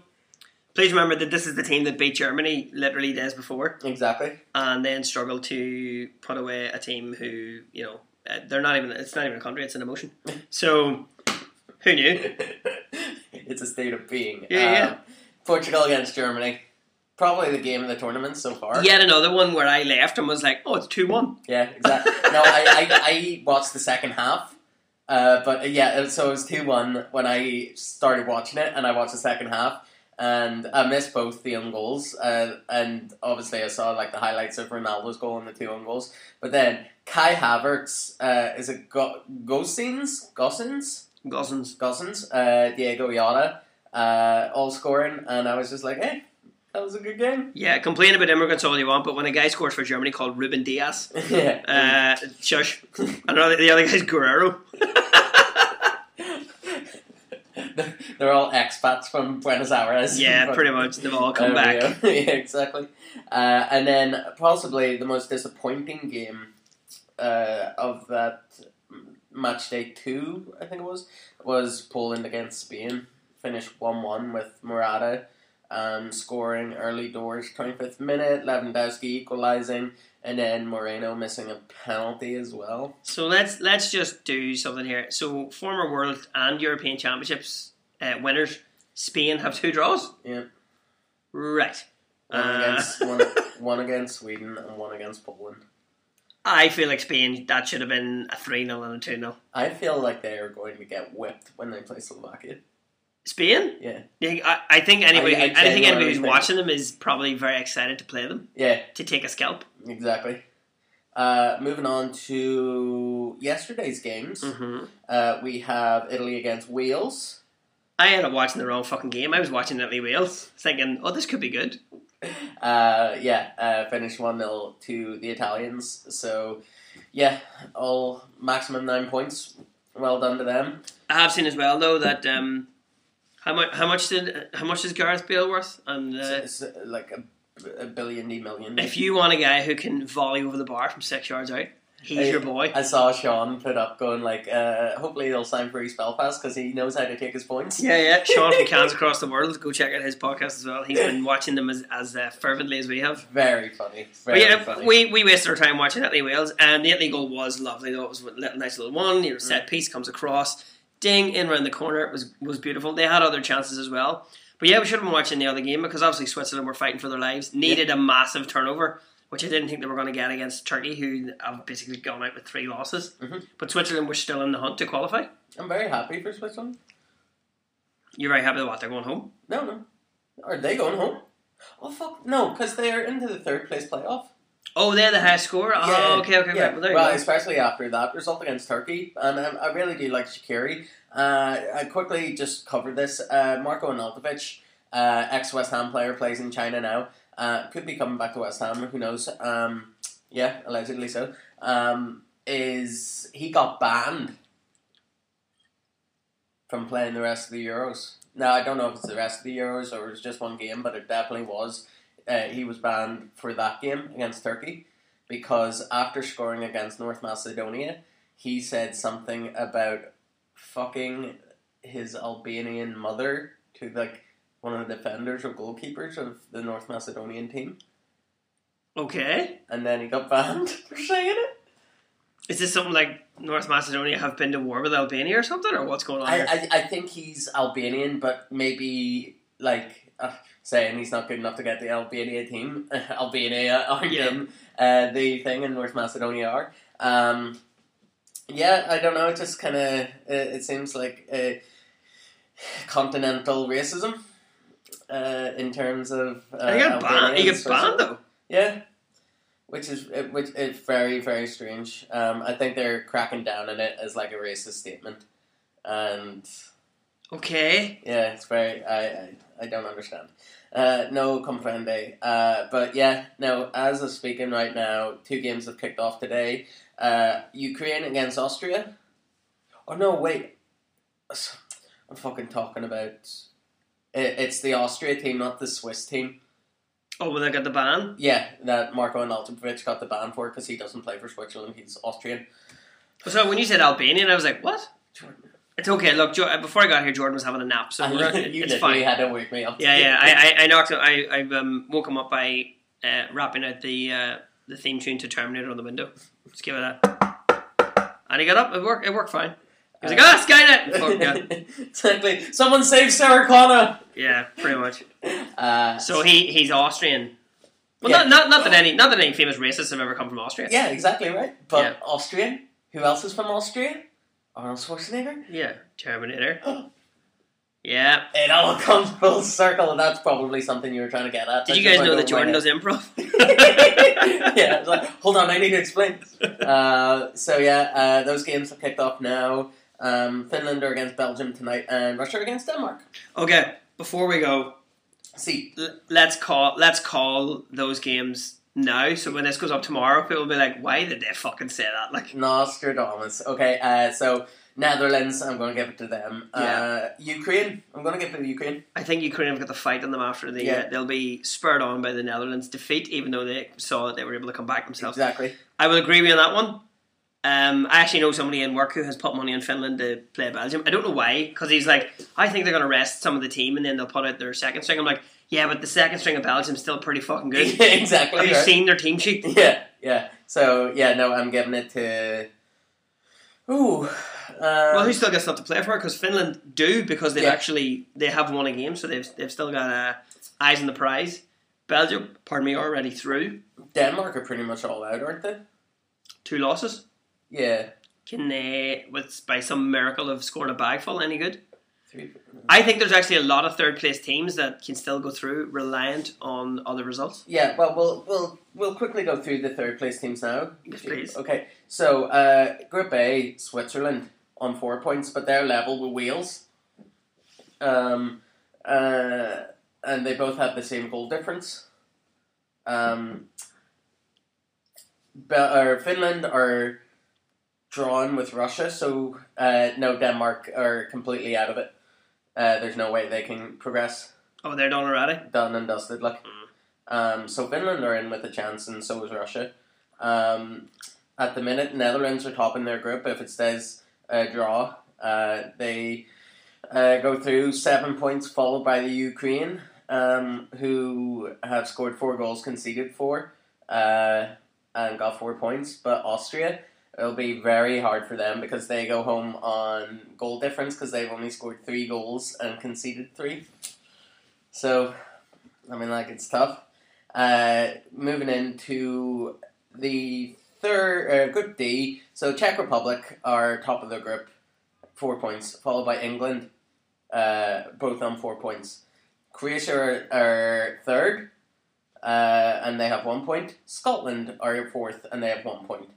S4: please remember that this is the team that beat Germany literally days before,
S3: exactly,
S4: and then struggled to put away a team who you know uh, they're not even. It's not even a country; it's an emotion. So who knew?
S3: it's a state of being.
S4: Yeah, yeah.
S3: Um, Portugal against Germany, probably the game of the tournament so far.
S4: Yet another one where I left and was like, "Oh, it's two one."
S3: Yeah, exactly. no, I, I I watched the second half. Uh, but uh, yeah, it- so it was 2 1 when I started watching it, and I watched the second half, and I missed both the own goals. Uh, and obviously, I saw like the highlights of Ronaldo's goal and the two own goals. But then Kai Havertz, uh, is it Go- Gosens? Gosens?
S4: Gosens.
S3: Gosens, uh, Diego Yada, uh, all scoring, and I was just like, hey, that was a good game.
S4: Yeah, complain about immigrants all you want, but when a guy scores for Germany called Ruben Diaz,
S3: yeah.
S4: uh, shush. And another- the other guy's Guerrero.
S3: They're- They're all expats from Buenos Aires.
S4: Yeah,
S3: But-
S4: pretty much. They've all come
S3: There
S4: back.
S3: we go. yeah, exactly. Uh, and then possibly the most disappointing game uh, of that m- match day two, I think it was, was Poland against Spain. Finished one one with Murata um, scoring early doors, twenty fifth minute. Lewandowski equalising, and then Moreno missing a penalty as well.
S4: So let's let's just do something here. So former world and European championships uh, winners, Spain have two draws.
S3: Yeah.
S4: Right.
S3: One
S4: Uh,
S3: against one, one against Sweden and one against Poland.
S4: I feel like Spain that should have been a three 0 and a two 0
S3: I feel like they are going to get whipped when they play Slovakia.
S4: Spain.
S3: Yeah,
S4: Yeah, I, I think anybody.
S3: I- I
S4: I, think
S3: genuinely
S4: anybody who's
S3: think-
S4: watching them is probably very excited to play them
S3: yeah,
S4: to take a scalp.
S3: exactly. Uh, moving on to yesterday's games,
S4: Mm-hmm.
S3: uh, we have Italy against Wales.
S4: I ended up watching the wrong fucking game. I was watching Italy Wales, thinking, "Oh, this could be good."
S3: Uh, yeah, uh, finished 1 0 to the Italians. So, yeah, all maximum nine points. Well done to them.
S4: I have seen as well though that um, how much how much did how much is Gareth Bale worth? And uh,
S3: It's uh, like a, a billion D million.
S4: if you want a guy who can volley over the bar from six yards out, he's
S3: I-
S4: your boy.
S3: I saw Sean put up going like, uh, hopefully he'll sign for East Belfast because he knows how to take his points.
S4: Yeah, yeah. Sean from Cans Across the World. Go check out his podcast as well. He's been watching them as, as uh, fervently as we have.
S3: Very funny.
S4: But
S3: Very
S4: yeah,
S3: funny.
S4: we, we wasted our time watching Italy Wales, and the Italy goal was lovely. Though it was a little- nice little one. You know,
S3: Mm.
S4: set piece comes across, ding in round the corner. It was was beautiful. They had other chances as well. But yeah, we should have been watching the other game because obviously Switzerland were fighting for their lives. Needed a massive turnover, which I didn't think they were going to get against Turkey, who have basically gone out with three losses.
S3: Mm-hmm.
S4: But Switzerland were still in the hunt to qualify.
S3: I'm very happy for Switzerland.
S4: You're very happy with what they're going home.
S3: No, no. Are they going home? Oh, fuck. No, because they're into the third place playoff.
S4: Oh, they're the high score. Oh, okay, okay,
S3: yeah.
S4: right. Well, there you
S3: Well,
S4: go.
S3: especially after that result against Turkey, and um, I, I really do like Shakiri. Uh, I quickly just covered this. Uh, Marco Analtovich, uh, ex West Ham player, plays in China now. Uh, could be coming back to West Ham. Who knows? Um, yeah, allegedly so. Um, is he got banned from playing the rest of the Euros? Now I don't know if it's the rest of the Euros or it's just one game, but it definitely was. Uh, he was banned for that game against Turkey because after scoring against North Macedonia, he said something about fucking his Albanian mother to like one of the defenders or goalkeepers of the North Macedonian team,
S4: Okay.
S3: and then he got banned for saying it.
S4: Is this something like North Macedonia have been to war with Albania or something, or what's going on?
S3: I,
S4: here?
S3: I, I think he's Albanian, but maybe like. Uh, Saying he's not good enough to get the Albania team, Albania aren't
S4: Yeah.
S3: in uh, the thing, and North Macedonia are. Um, Yeah, I don't know. It just kind of uh, it seems like uh, continental racism uh, in terms of. Uh,
S4: he got
S3: Albania
S4: banned.
S3: and
S4: He got
S3: Switzerland.
S4: banned though.
S3: Yeah, which is it- which is very very strange. Um, I think they're cracking down on it as like a racist statement, and
S4: Okay.
S3: yeah, it's very I I, I don't understand. Uh, no comprende. Uh, but yeah, no. As of speaking right now, two games have kicked off today. Uh, Ukraine against Austria. Oh no, wait. I'm fucking talking about. It, it's the Austria team, not the Swiss team.
S4: Oh, well, they got the ban.
S3: Yeah, that Marco Analtovic got the ban for because he doesn't play for Switzerland. He's Austrian.
S4: So when you said Albanian, I was like, what?
S3: Jordan.
S4: It's okay. Look, jo- uh, before I got here, Jordan was having a nap, so we're gonna,
S3: you
S4: it's
S3: literally
S4: fine.
S3: had to wake me up.
S4: Yeah, yeah. I, I, I knocked. him- I, I um, woke him up by uh, wrapping out the uh, the theme tune to Terminator on the window. Just give it that. And he got up. It worked. It worked fine. He was like, ah, Skynet. Fuck, yeah.
S3: Uh, exactly. Someone save Sarah Connor.
S4: yeah, pretty much.
S3: Uh,
S4: So he he's Austrian. Well,
S3: Yeah.
S4: not, not not that any not that any famous racists have ever come from Austria.
S3: Yeah, exactly right. But
S4: Yeah.
S3: Austrian? Who else is from Austria? Arnold Schwarzenegger?
S4: Yeah, Terminator. yeah.
S3: It all comes full circle, and that's probably something you were trying to get at.
S4: Did you
S3: That's
S4: guys know that
S3: just went
S4: Jordan
S3: over
S4: does improv?
S3: my head. yeah, I was like, hold on, I need to explain. Uh, so yeah, uh, those games have kicked off now. Um, Finland are against Belgium tonight, and Russia are against Denmark.
S4: okay, before we go,
S3: See,
S4: l- let's call let's call those games now. So when this goes up tomorrow, people will be like, "Why did they fucking say that?" Like,
S3: Nostradamus. Okay, uh, so Netherlands, I'm going to give it to them. Uh,
S4: Yeah.
S3: Ukraine, I'm going to give it to Ukraine.
S4: I think Ukraine have got the fight on them after the.
S3: Yeah.
S4: Uh, they'll be spurred on by the Netherlands defeat, even though they saw that they were able to come back themselves.
S3: Exactly.
S4: I will agree with you on that one. Um, I actually know somebody in work who has put money on Finland to play Belgium. I don't know why, because he's like, I think they're going to rest some of the team and then they'll put out their second string. I'm like, yeah, but the second string of Belgium's still pretty fucking good.
S3: exactly.
S4: Have you
S3: right.
S4: seen their team sheet?
S3: Yeah, yeah. So yeah, no, I'm giving it to. Ooh. Um,
S4: Well, who still got stuff to play for? Because Finland do because they've
S3: Yeah.
S4: actually they have won a game, so they've they've still got uh, eyes on the prize. Belgium, pardon me, already through
S3: Denmark are pretty much all out, aren't they?
S4: two losses.
S3: Yeah,
S4: Can they, with by some miracle, have scored a bagful? Any good?
S3: three.
S4: I think there's actually a lot of third place teams that can still go through reliant on other results.
S3: Yeah, well, we'll we'll we'll quickly go through the third place teams now.
S4: Yes, please.
S3: Okay, so uh, Group A, Switzerland on four points, but they're level with Wales. um, uh, and they both had the same goal difference. Um, Be- or Finland are drawn with Russia, so uh, no, Denmark are completely out of it. Uh, there's no way they can progress.
S4: Oh, they're done already.
S3: Done and dusted, like. Um, so Finland are in with a chance, and so is Russia. Um, at the minute, Netherlands are topping their group. If it stays a draw, uh, they uh, go through seven points, followed by the Ukraine, um, who have scored four goals, conceded four, uh, and got four points. But Austria, it'll be very hard for them because they go home on goal difference because they've only scored three goals and conceded three. So, I mean, like it's tough. Uh, moving into the third uh, group D, so Czech Republic are top of their group, four points, followed by England, uh, both on four points. Croatia are, are third, uh, and they have one point. Scotland are fourth, and they have one point.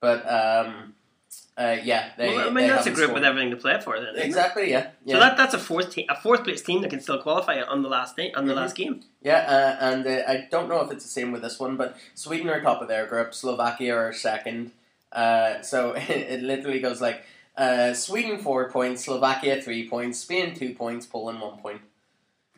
S3: But um, uh, yeah, they.
S4: well, I
S3: they
S4: mean, that's a
S3: haven't
S4: group
S3: scored.
S4: with everything to play for. Then isn't it?
S3: Exactly, yeah. yeah.
S4: So that, that's a fourth team, a fourth place team that can still qualify on the last day, on the
S3: Mhm.
S4: last game.
S3: Yeah, uh, and uh, I don't know if it's the same with this one, but Sweden are top of their group, Slovakia are second. Uh, so it, it literally goes like uh, Sweden four points, Slovakia three points, Spain two points, Poland one point.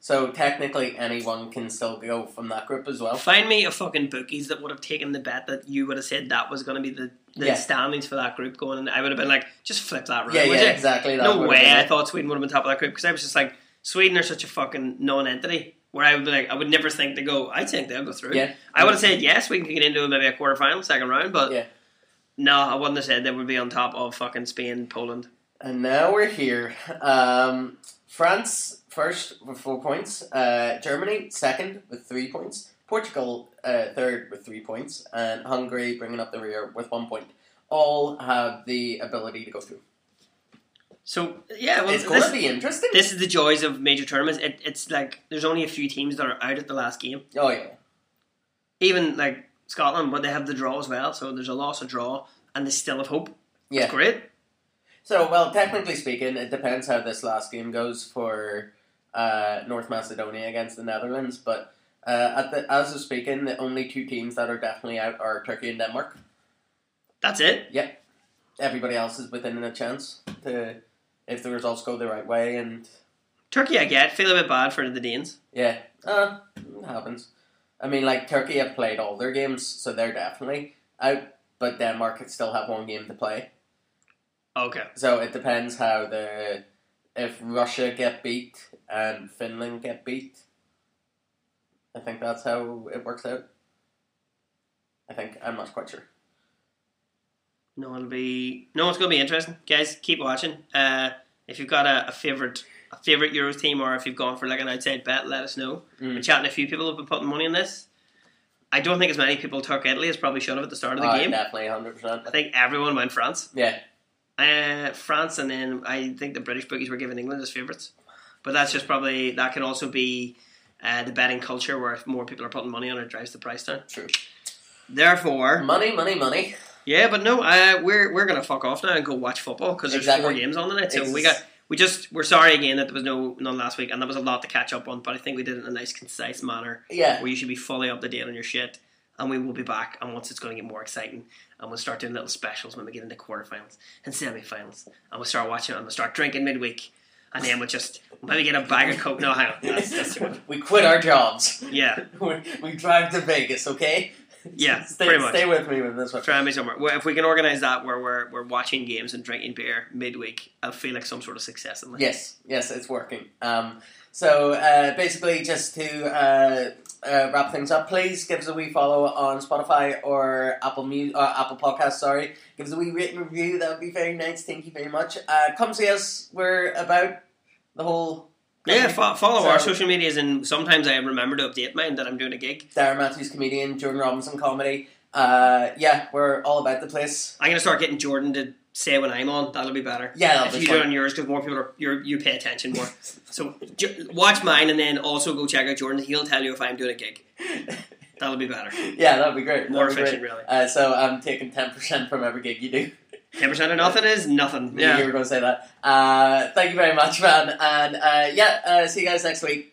S3: So technically, anyone can still go from that group as well.
S4: Find me a fucking bookies that would have taken the bet that you would have said that was going to be the, the
S3: Yeah.
S4: standings for that group going, and I would have been like, just flip that round.
S3: yeah,
S4: would
S3: yeah,
S4: you?
S3: exactly. That
S4: No
S3: would've
S4: way.
S3: been
S4: I
S3: it.
S4: thought Sweden would have been top of that group because I was just like, Sweden are such a fucking non-entity. Where I would be like, I would never think to go. I think they'll go through.
S3: Yeah.
S4: I would have said yes, we can get into maybe a quarter final, second round, but
S3: Yeah.
S4: no, I wouldn't have said they would be on top of fucking Spain, Poland.
S3: And now we're here. Um, France first with four points. Uh, Germany second with three points. Portugal uh, third with three points, and Hungary bringing up the rear with one point. All have the ability to go through.
S4: So yeah, well,
S3: it's going
S4: this,
S3: to be interesting.
S4: this is the joys of major tournaments. It, it's like there's only a few teams that are out at the last game.
S3: oh yeah,
S4: Even like Scotland, but they have the draw as well. So there's a loss, a draw, and they still have hope.
S3: yeah.
S4: Great.
S3: So, well, technically speaking, it depends how this last game goes for uh, North Macedonia against the Netherlands. But uh, at the, as of speaking, the only two teams that are definitely out are Turkey and Denmark.
S4: That's it.
S3: everybody else is within a chance to if the results go the right way and
S4: Turkey, I get. Feel a bit bad for the Danes.
S3: yeah uh, it happens i mean like turkey have played all their games so they're definitely out but denmark could still have one game to play
S4: Okay.
S3: so it depends how the if russia get beat and finland get beat i think that's how it works out i think i'm not quite sure
S4: No, it'll be no. It's gonna be interesting, guys. Keep watching. Uh, if you've got a, a favorite, a favorite Euros team, or if you've gone for like an outside bet, let us know.
S3: Mm.
S4: We're chatting. to A few people have been putting money on this. I don't think as many people took Italy as probably should have at the start of the
S3: Uh,
S4: game.
S3: definitely
S4: I
S3: 100%
S4: think everyone went France.
S3: yeah
S4: Uh, France, and then I think the British bookies were giving England as favourites. But that's just probably that can also be uh, the betting culture where if more people are putting money on it, it drives the price down.
S3: true
S4: Therefore,
S3: money money money
S4: yeah, but no, uh, we're we're gonna fuck off now and go watch football because there's four
S3: Exactly.
S4: games on tonight. So
S3: It's-
S4: we got we just we're sorry again that there was no none last week, and there was a lot to catch up on. But I think we did it in a nice, concise manner
S3: yeah
S4: where you should be fully up to date on your shit. And we will be back, and once it's going to get more exciting, and we'll start doing little specials when we get into quarterfinals and semifinals, and we'll start watching, and we'll start drinking midweek, and then we'll just maybe get a bag of coke. No, hang on, that's, that's too much.
S3: we quit our jobs.
S4: Yeah,
S3: We, we drive to Vegas, okay?
S4: yeah,
S3: stay,
S4: pretty much.
S3: stay with me with this one.
S4: Try me somewhere. Well, if we can organise that where we're, we're watching games and drinking beer midweek, I'll feel like some sort of success in life.
S3: Yes, yes, it's working. Um, so uh, basically, just to uh, uh, wrap things up, please give us a wee follow on Spotify or Apple Mu- uh, Apple Podcast. Sorry, give us a wee written review. That would be very nice. Thank you very much. Uh, come see us. We're about the whole.
S4: Yeah,
S3: country.
S4: fo- follow our
S3: So-
S4: social medias, and sometimes I remember to update mine that I'm doing a gig.
S3: Darren Matthews, comedian, Jordan Robinson, comedy. Uh, yeah, we're all about the place.
S4: I'm going to start getting Jordan to say when I'm on. That'll be better.
S3: Yeah, that'll
S4: if
S3: be
S4: you
S3: fun.
S4: do it on yours, because more people are you're, you pay attention more. so ju- watch mine, and then also go check out Jordan. He'll tell you if I'm doing a gig. That'll be better.
S3: Yeah, that'd be great.
S4: More
S3: That'd be great.
S4: efficient, really.
S3: Uh, so I'm taking ten percent from every gig you do.
S4: Ten percent of nothing is nothing.
S3: Yeah. You
S4: Yeah.
S3: were going to say that. Uh, thank you very much, man. And uh, yeah, uh, see you guys next week.